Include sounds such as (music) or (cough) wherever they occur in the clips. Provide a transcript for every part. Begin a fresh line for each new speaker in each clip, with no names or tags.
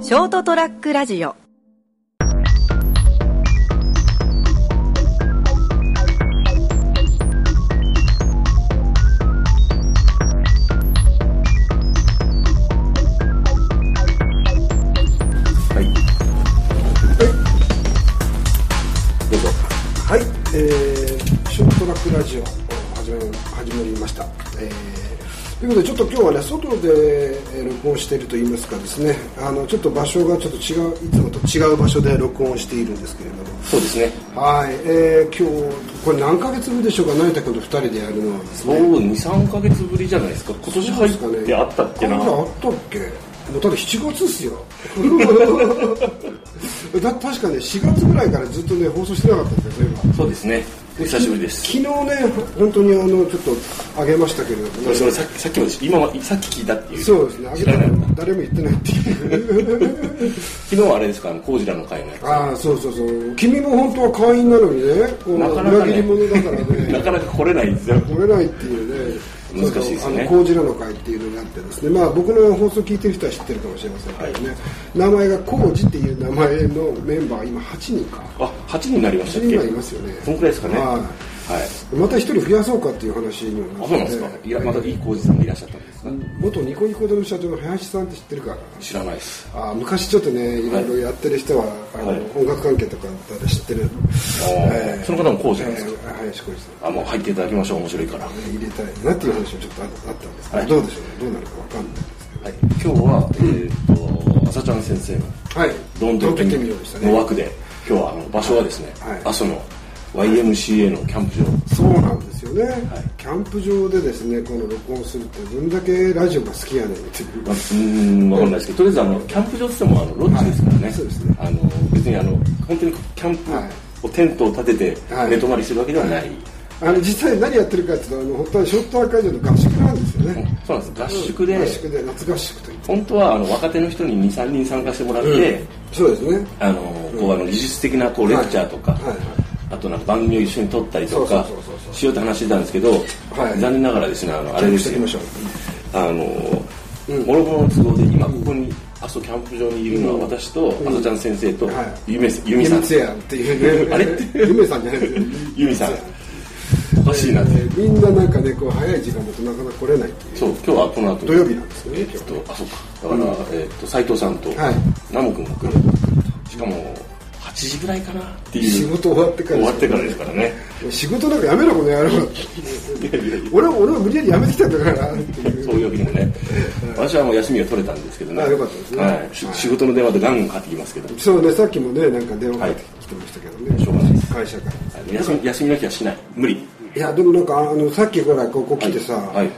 ショートトラックラジオ
はい。どうぞ。
はい、えー、ショートラックラジオを始め始まりました、えーということでちょっと今日はね外でえー録音していると言いますかですねあのちょっと場所がちょっと違ういつもと違う場所で録音しているんですけれども
そうですね。
はい、えー、今日これ何ヶ月ぶりでしょうか成田君と2人でやるのはです
も
ね
う二三ヶ月ぶりじゃないですか。今年入ってあったっけな。
こんのあったっけもうただ7月っすよ (laughs) だ確かね4月ぐらいからずっとね放送してなかったんですよ今
そうですね。お久しぶりです。
昨日ね本当にあのちょっとあげましたけれども
そ
ね
れそれさっきさっきもです今はさっき聞いたっていう。
そうですねあげ
知
た
らない
の。誰も言ってないって
(laughs)
いう
昨日はあれですか。あのコウジラの会のや
ああそうそうそう君も本当は会員なのにねこう
なかなかね
裏切り者だから
つ。 (laughs) な
ね
かなか来れないんですよ。
折れないっていうね
難しいです
そ
よね
うそうあの工事らの会っていうのがあってですねまあ僕の放送聞いてる人は知ってるかもしれませんけどね、名前が工事っていう名前のメンバー今8人か
あ八人になりまし
8
たっ
人
け。
がいますよね
そんくらいですかね。
はい
はい。
また1人増やそうかっていう話にも
あそう
なっ
なんで
て
すか。いやまたいいコウジさんがいらっしゃったんですか。
元ニコニコでの社長の林さんって知ってるかな
知らないです。
あー昔ちょっとねいろいろやってる人は、あの
はい
音楽関係とかだったら知ってる、
ああ。その方もコウジなん
え
ですか。
ー、林浩二さん
あもう入っていただきましょう。面白いから。は
入れたいなっていう話もちょっとああったんですけど、どう
はい
でしょうねどうなるかわかんないです
い。今日はえーっと朝ちゃん先生の。
けどはい
どんどん
行ってみようでしたね
の枠で今日はあの場所はですね、
はい
阿蘇の YMCA のキャンプ場
そうなんですよね、キャンプ場でですねこの録音するってどんだけラジオが好きやねんっていう
まあうーん分かんないですけどとりあえずあのキャンプ場って言ってもあのロッジですからね,、
はいそうですね
あの別にあの本当にキャンプ、
はい
をテントを立てて
はい
寝泊まりするわけではない、
あの実際何やってるかっていうとあの本当はショットアー会場の合宿なんですよね、
そうなんです合宿で、
合宿で夏合宿という
本当はあの若手の人に23人参加してもらって、
そうですね
あのこうあの技術的なこうレクチャーとか、
はいはいはい
あとなんか番組を一緒に撮ったりとか
そうそうそうそうそう
しようって話してたんですけど、
はい
残念ながらですねあのあれ
協
で
力して
す
いき
よ
ましょう
あのもろもろの都合で今ここに阿蘇キャンプ場にいるのは私と阿蘇ちゃん先生と
はい
ゆめゆみ
ユ
さ
ミ
ん
ツヤっていうね
あれって
ユミさんじゃないですよ
ゆみさんおかしいなって
えーみんななんかねこう早い時間だとなかなか来れないっていう
そう今日はこの後
土曜日なんですよね
えっとあそうかだからえっと斉藤さんと
はい
ナモ君が来るしかも8時ぐらいかなっていう
仕事終わってから
終わってからですからね
仕事なんかやめろこの野郎俺は俺は無理やりやめてきたんだからっていう
そういうわけでもね、私はもう休みが取れたんですけどね、
あよかったですね
はい、し仕事の電話でガンガンかかってきますけど、
そうねさっきもねなんか電話かけてきてましたけどね、
いしょうがないです
会社から
休み休みの日はしない、無理、
いやでもなんかあのさっきほらここ来てさ「
はいはい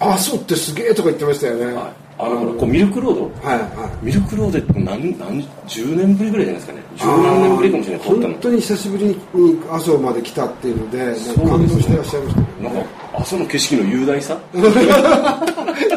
ああそうってすげえ」とか言ってましたよね、
はい、あのほらこうミルクロード、
はいはい
ミルクロードって何何10年ぶりぐらいじゃないですかね、10何年ぶりかもしれない、撮ったの
本当に久しぶりに阿蘇まで来たっていうのでなんか
そう
感
です
動
ね
してらっしゃいましたけど
なんか、阿蘇の景色の雄大さ、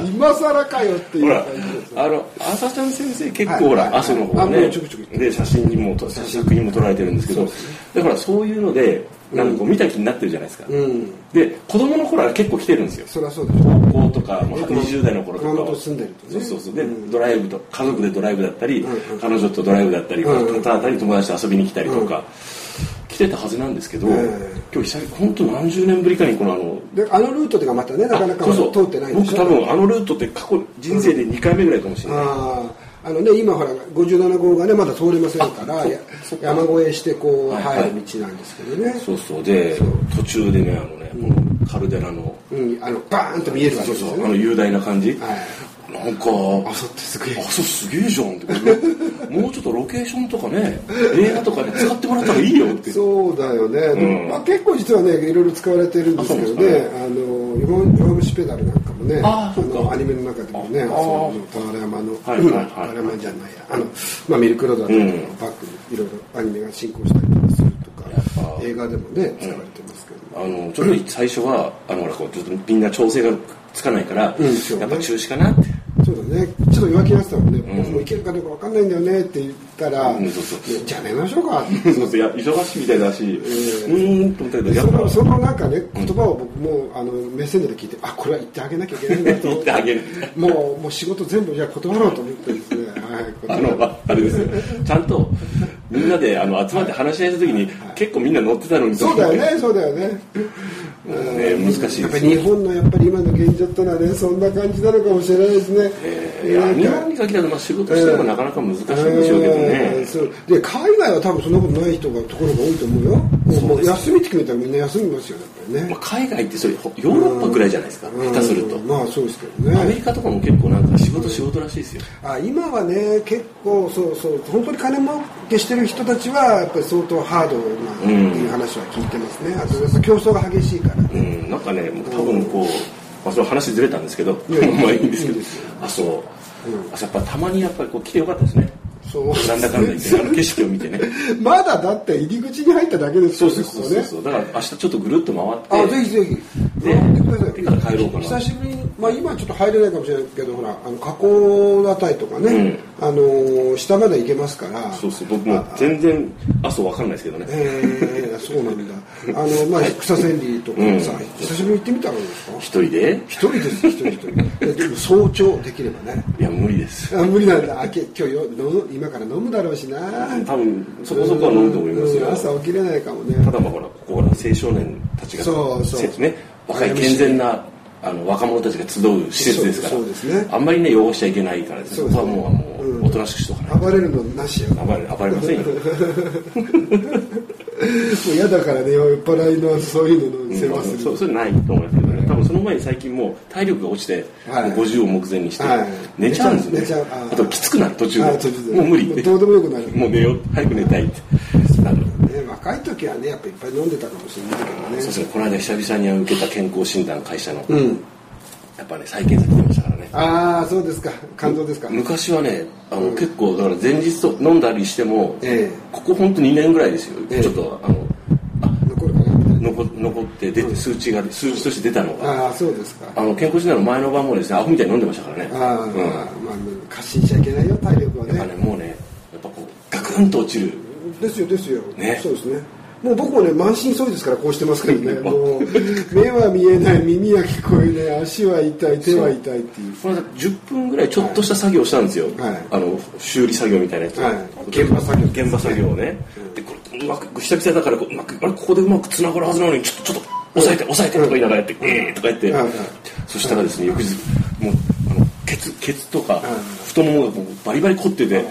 今更かよってい
ほ
う
ら
感じです、
あの、朝ちゃん先生、結
はい
構ほら、
はいはい
阿蘇の方
あ
ね
もうちょくちょく行っ、て
で、写真にもと、写真作品も撮られてるんですけど、だからそういうので、なんかこう見た気になってるじゃないですか。
うん
で、子供の頃は結構来てるんですよ。
そりゃそうでしょ
高校とか、まあ、20代の頃とか
熊本住んでるとね
そうそうそうで、ドライブと家族でドライブだったり、彼女とドライブだったり、
うんうん
ただ単に友達と遊びに来たりとか、来てたはずなんですけど、
ええ
今日久々本当何十年ぶりかにこのあの
であのルートでがまたねなかなか
あそう
通
そう
ってないでし
僕
ょ
多分あのルートって過去人生で2回目ぐらいかもしれない、
あーあのね今ほら57号がねまだ通れませんからや山越えしてこう
はい
入る道なんですけどね、
そうそうで途中でねあのね、このカルデラの、
うん、あのバーンと見えるわけ
そう
です
そ
よ
うあの
ね
雄大な感じ、
はい
なんか
あそってすげ
あ
え
そうすげえじゃんってもうちょっとロケーションとかね映画とかで使ってもらったらいいよって
そうだよね、でも
うん
まあ、結構実はねいろいろ使われてるんですけど
あそうで
ねあの日本弱虫ペダルなんかもね
あーそう
の
か
アニメの中でもね
あ
あ
あー
の俵山の、
はいはいはい
俵山じゃないやあの、まあ、ミルクロードだったりとか、バックにいろいろアニメが進行したりとかするとか
ぱ
映画でもね使われてますけど、
あのちょっと最初はあのほらこうちょっとみんな調整がつかないから、
うんそうね
やっぱ中止かなって
そうだね、ちょっと弱気になってたもんね、僕も行けるかどうか分かんないんだよねって言ったら、
うんそうそう
ねじゃあ寝ましょうかって。
そうそういや忙しいみたいだし、
ええ
うーんと思ったけどや
そ
っぱ
のそのなんかね言葉を僕もあのメッセンジャーで聞いてあこれは言ってあげなきゃいけないんだと思
言ってあげる
もうもう仕事全部じゃあ断ろうと思ってですね、ははい
あの、ああれですよ。ちゃんと、みんなで、あの、集まって話し合いした時に、結構みんな乗ってたのに、
そうだよねそうだよね
ね難しいです
やっぱり日本のやっぱり今の現状ってのはねそんな感じなのかもしれないですね、
いや日本に限らず、まあ、仕事してもなかなか難しいんでしょうけど
えー
ね。
そうで海外は多分そんなことない人がところが多いと思うよもう休みって決めたらみんな休みますよやっぱりね
まあ、海外ってそれヨーロッパぐらいじゃないですか、下手すると
うん。まあそうですけどね
アメリカとかも結構なんか仕事仕事らしいですよ。
あ今はね結構そうそう本当に金儲けしてる人たちはやっぱり相当ハードなっていう話は聞いてますね、あと競争が激しいから
うん、なんかね、多分こう、まあ、その話ずれたんですけど、
いやいや
まあいいんです
いい
けど
んですよ、
あ、そう。あそうやっぱたまにやっぱりこう来てよかったですね。
そうですね
なんだかんだ言って、あの景色を見てね。
(laughs) まだだって入り口に入っただけです
そ
よ
うそうそうそうそう。だから明日ちょっとぐるっと回
あ
って。
ぜひぜひ
で
やってください
行ってから帰ろうかな
久しぶりに、まあ、今はちょっと入れないかもしれないけどほらあの加工のあたりとかね、あのー下まで行けますから
そうそう、僕も全然、あ、そうわかんないですけどね。
えー、そうなんだあのまあ草千里とかさ、
うん
久しぶりに行ってみたらどうですか
一人で
一人です一人一人えでも早朝できればね
いや、無理です。
あ無理なんだあけ今日よ飲む今から飲むだろうしな
多分、そこそこは飲むと思います
うん
よ。
朝起きれないかもね
ただまあほらここほら青少年たちが
そうそう
せね若い健全なあの若者たちが集う施設ですから
そうですね
あんまりね汚しちゃいけないからです
そう
ね
で
そ
す
こ
ね
はもうもう
うん
おとなしくしとかない
暴れるのなしよ
と暴れ暴れませ
(laughs)
んよ
もう嫌だからね酔っ払いのそういうのの世
まあ
話す
そ
る、
うそれないと思いますけどね多分その前に最近もう体力が落ちて、
はい
もう50を目前にして、
はい
寝ちゃうん
寝
です
ちゃ
よ
う
ね
寝ちゃうあー
あときつくなる途中
あー
で
途中で
もう無理
もうどうでもよくなる
もう寝よう早く寝たいってなる
ね、若い時はねやっぱいっぱい飲んでたかもしれないけどね
そうですねこの間久々に受けた健康診断会社の、
うん
やっぱね再検査来てましたからね
ああそうですか感動ですか
昔はねあの、結構だから前日と飲んだりしても、
ええ
ここ本当2年ぐらいですよ、
ええ
ちょっとあのあ
残るかなみたいな
残残って出て数値が数字として出たのが、
ああそうですか
あの健康診断の前の晩もですねアホみたいに飲んでましたからね
ああ、
うん、
まあまあ過信しちゃいけないよ体力は
だから
ね
ねもうねやっぱこうガクンと落ちる
ですよですよ、
ね
そうですねもう僕もね満身創痍ですからこうしてますけどね
も
もう目は見えない耳は聞こえない足は痛い手は痛いっていう
この間10分ぐらいちょっとした作業をしたんですよ、
はい
あの修理作業みたいなやつ、
はい現場作業
現場作業をね、でこれうまく久々だからこううまくあれここでうまく繋がるはずなのにちょっとちょっと押さえて押さえてとか言いながらやって、えーとか言って、
はいはい
そしたらですね翌日もうあのケツケツとか
い
太ももがもうバリバリ凝ってて、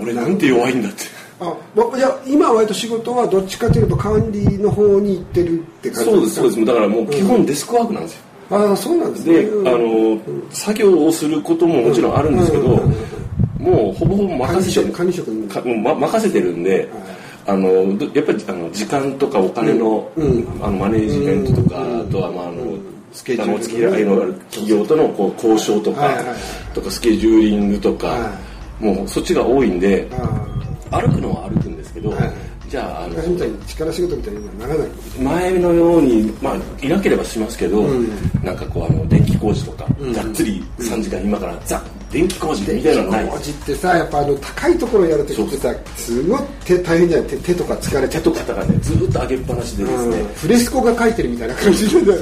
俺なんて弱いんだって。
あまいや今は割と仕事はどっちかというと管理の方に行ってるって感じ
そうですそうですすだからもう基本デスクワークなんですよ、
かああそうなんですね
で、
うん
あの作業をすることももちろんあるんですけど、
うんうんうん
もうほぼほぼ任せてる
管理職管理職
かもう、ま、任せてるんで、あのどやっぱりあの時間とかお金の,、
うんうん
あのマネージメントとか、
うん
あとはまああの、
スケジュール
あの付き合いのある企業とのこう交渉とか、
はいはい
とかスケジューリングとか、
は
もうそっちが多いんで
ああ
歩くのは歩くんですけど、
はい
じゃああの
昔みたいに力仕事みたいにはならない
前のように、まあ、いなければしますけど、
ん
なんかこうあの電気工事とか、
ん
がっつり3時間今からザ電気工事みたいなのはない
工事ってさやっぱあの高いところやるときってさすごい手大変じゃない手手とか疲れちゃ
手
う
と肩がねずーっと上げっぱなしでですね、
フレスコが描いてるみたいな感じで、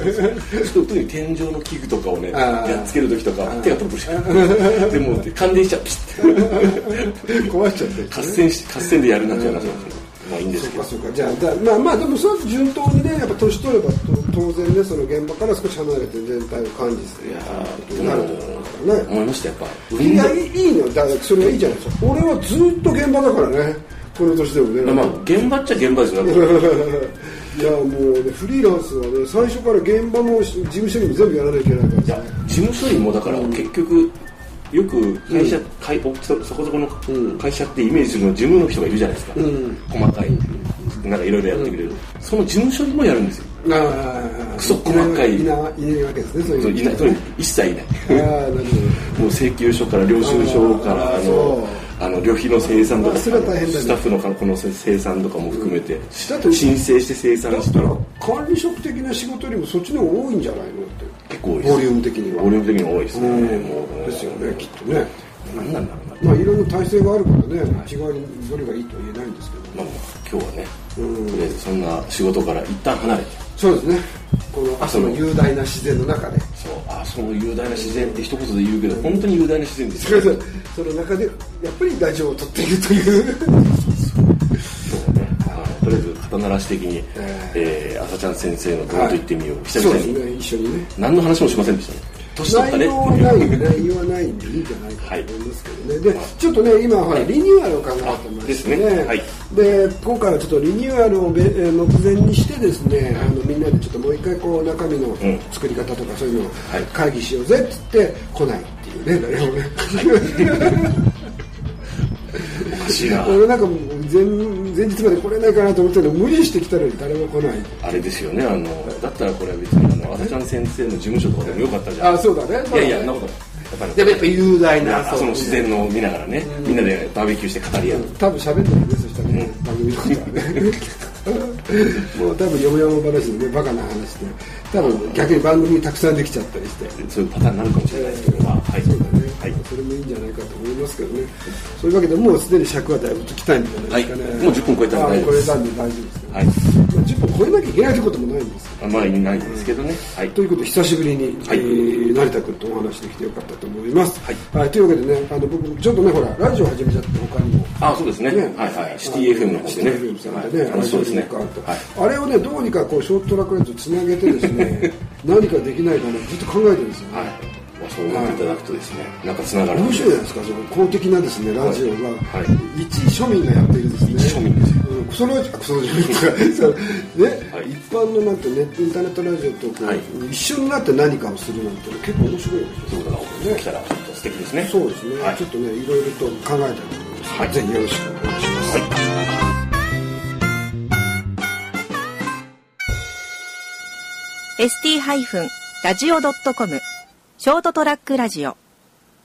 特に天井の器具とかをね
あー
やっつける時とか手がプルプルしてでもう感電しちゃうピ
(laughs)
ッて
(laughs) 壊しちゃってる
合戦し合戦でやるなんて話なんですけどまあいいんですけ
まあ
ど
そうかじゃあだまあまあでもそれは順当にねやっぱ年取ればと当然ねその現場から少し離れて全体を管理する
いや
こと
ー
に
で
なる
も
んじゃないか
思いましたやっぱ
なねいやいいいいのだからそれはいいじゃないですか俺はずっと現場だからねこの年でもね、 (laughs)
まあ現場っちゃ現場ですよ
いやもうねフリーランスはね最初から現場も事務処理も全部やらなきゃいけないからさ
事務処理もだから結局よく会社、会大きさそこそこの会社ってイメージするのは事務の人がいるじゃないですか、
うん
細かいなんかいろいろやってくれる、その事務処理もやるんですよ
ああ
クソ細かい
いないないわけですねそう
そう
いう
いないとにかく一切いない
ああなるほど
もう請求書から領収書から
あー
あ
そ
のあの旅費の生産とか
あそれは大変だね
スタッフのこの生産とかも含めて、
だって
申請して生産
だっ
したたら
ら管理職的な仕事よりもそっちの方が多いんじゃないのって
結構多いです
ボリューム的には
ボリューム的には多いですね、
うん
もう
ですよねきっとね
何なんだろうな、
まあいろんな体制があるからね一概にどれがいいとは言えないんですけど
まあ、今日はね、
うん
とりあえずそんな仕事から一旦離れて
そうですねこの阿蘇の雄大な自然の中で
そうあその雄大な自然って一言で言うけど本当に雄大な自然です
そ
よ
の中でやっぱりラジオを撮っているという
そうだねはいとりあえず肩慣らし的に
え
えー朝ちゃん先生の「
(laughs)
どうと言ってみよう」久
そう
々
です
に
ね一緒にね
何の話もしませんでしたね年取った
内
ね
容はない
(laughs) っていう
内容はないんでいいんじゃないかと思いますけどね、で
はい
ちょっとね今ほら
はい
リニューアルを考えてましてね
ですねはい
で今回はちょっとリニューアルをべえー目前にしてですねあのみんなでちょっともう一回こう中身の
ん
作り方とかそういうのを
はい
会議しようぜっつって来ないっていうね誰もね、
おかしいな
俺なんかもう前前日まで来れないかなと思ってたのに無理してきたのに誰も来ない
あれですよねあのだったらこれは別にあの朝ちゃん先生の事務所とかでもよかったじゃん
あそうだね
いやいやそんな
まあ
こ
ね
とないやっぱり
でもやっぱ雄大な
あその自然のを見ながらね、みんなでバーベキューして語り合う、
多分喋ってるねそしたらね番組のことはねもう多分よもやも話でねバカな話で多分逆に番組たくさんできちゃったりして
そういうパターンになるかもしれないですけど、まあ、はい、
そうだね、
はい、
それもいいんじゃないかと思いますけどねそういうわけでもうすでに尺はだいぶ来たんじゃないですかね、
はいもう10分超えたんで
あ
大丈夫です
超えたんで大丈夫ですけど、
はい、
まあ10分超えなきゃいけないってこともないんですけど
あまあ、いないんですけどね、はい、
ということで久しぶりに、
はい
えー成田君とお話できてよかったと思います、
はい
というわけでねあの僕ちょっとねほらラジオ始めちゃって他にも
あそうですね、
ね
はい、はい、シティ FM の方
シ
で
テ
ね
ィ FM さんでね、
はい、楽しそうですね、
あれどうにか
はい、
あれをね、どうにかこうショートトラックレンズをつなげてです
(laughs)
ね、何かできないかなってずっと考えてるんですよね。
はい、まあ、そう思っていただくとですね、なんかつながる、
面白いじゃないですか、その公的なですね、ラジオが、
はい
一庶民がやっているですね、
庶民ですよ
うんクソラジオ、クソラジオっていうかね、
はい
一般のなんてネットインターネットラジオとこう、
はい
一緒になって何かをするなんて結構面白いよね
そういうことが起こってきたら、ちょっと素敵ですね、
そうですね、
はい
ちょっとね、いろいろと考えたいと思います、ぜ
はい
ひよろしくお願いします。
ST-radio.com ショートトラックラジオ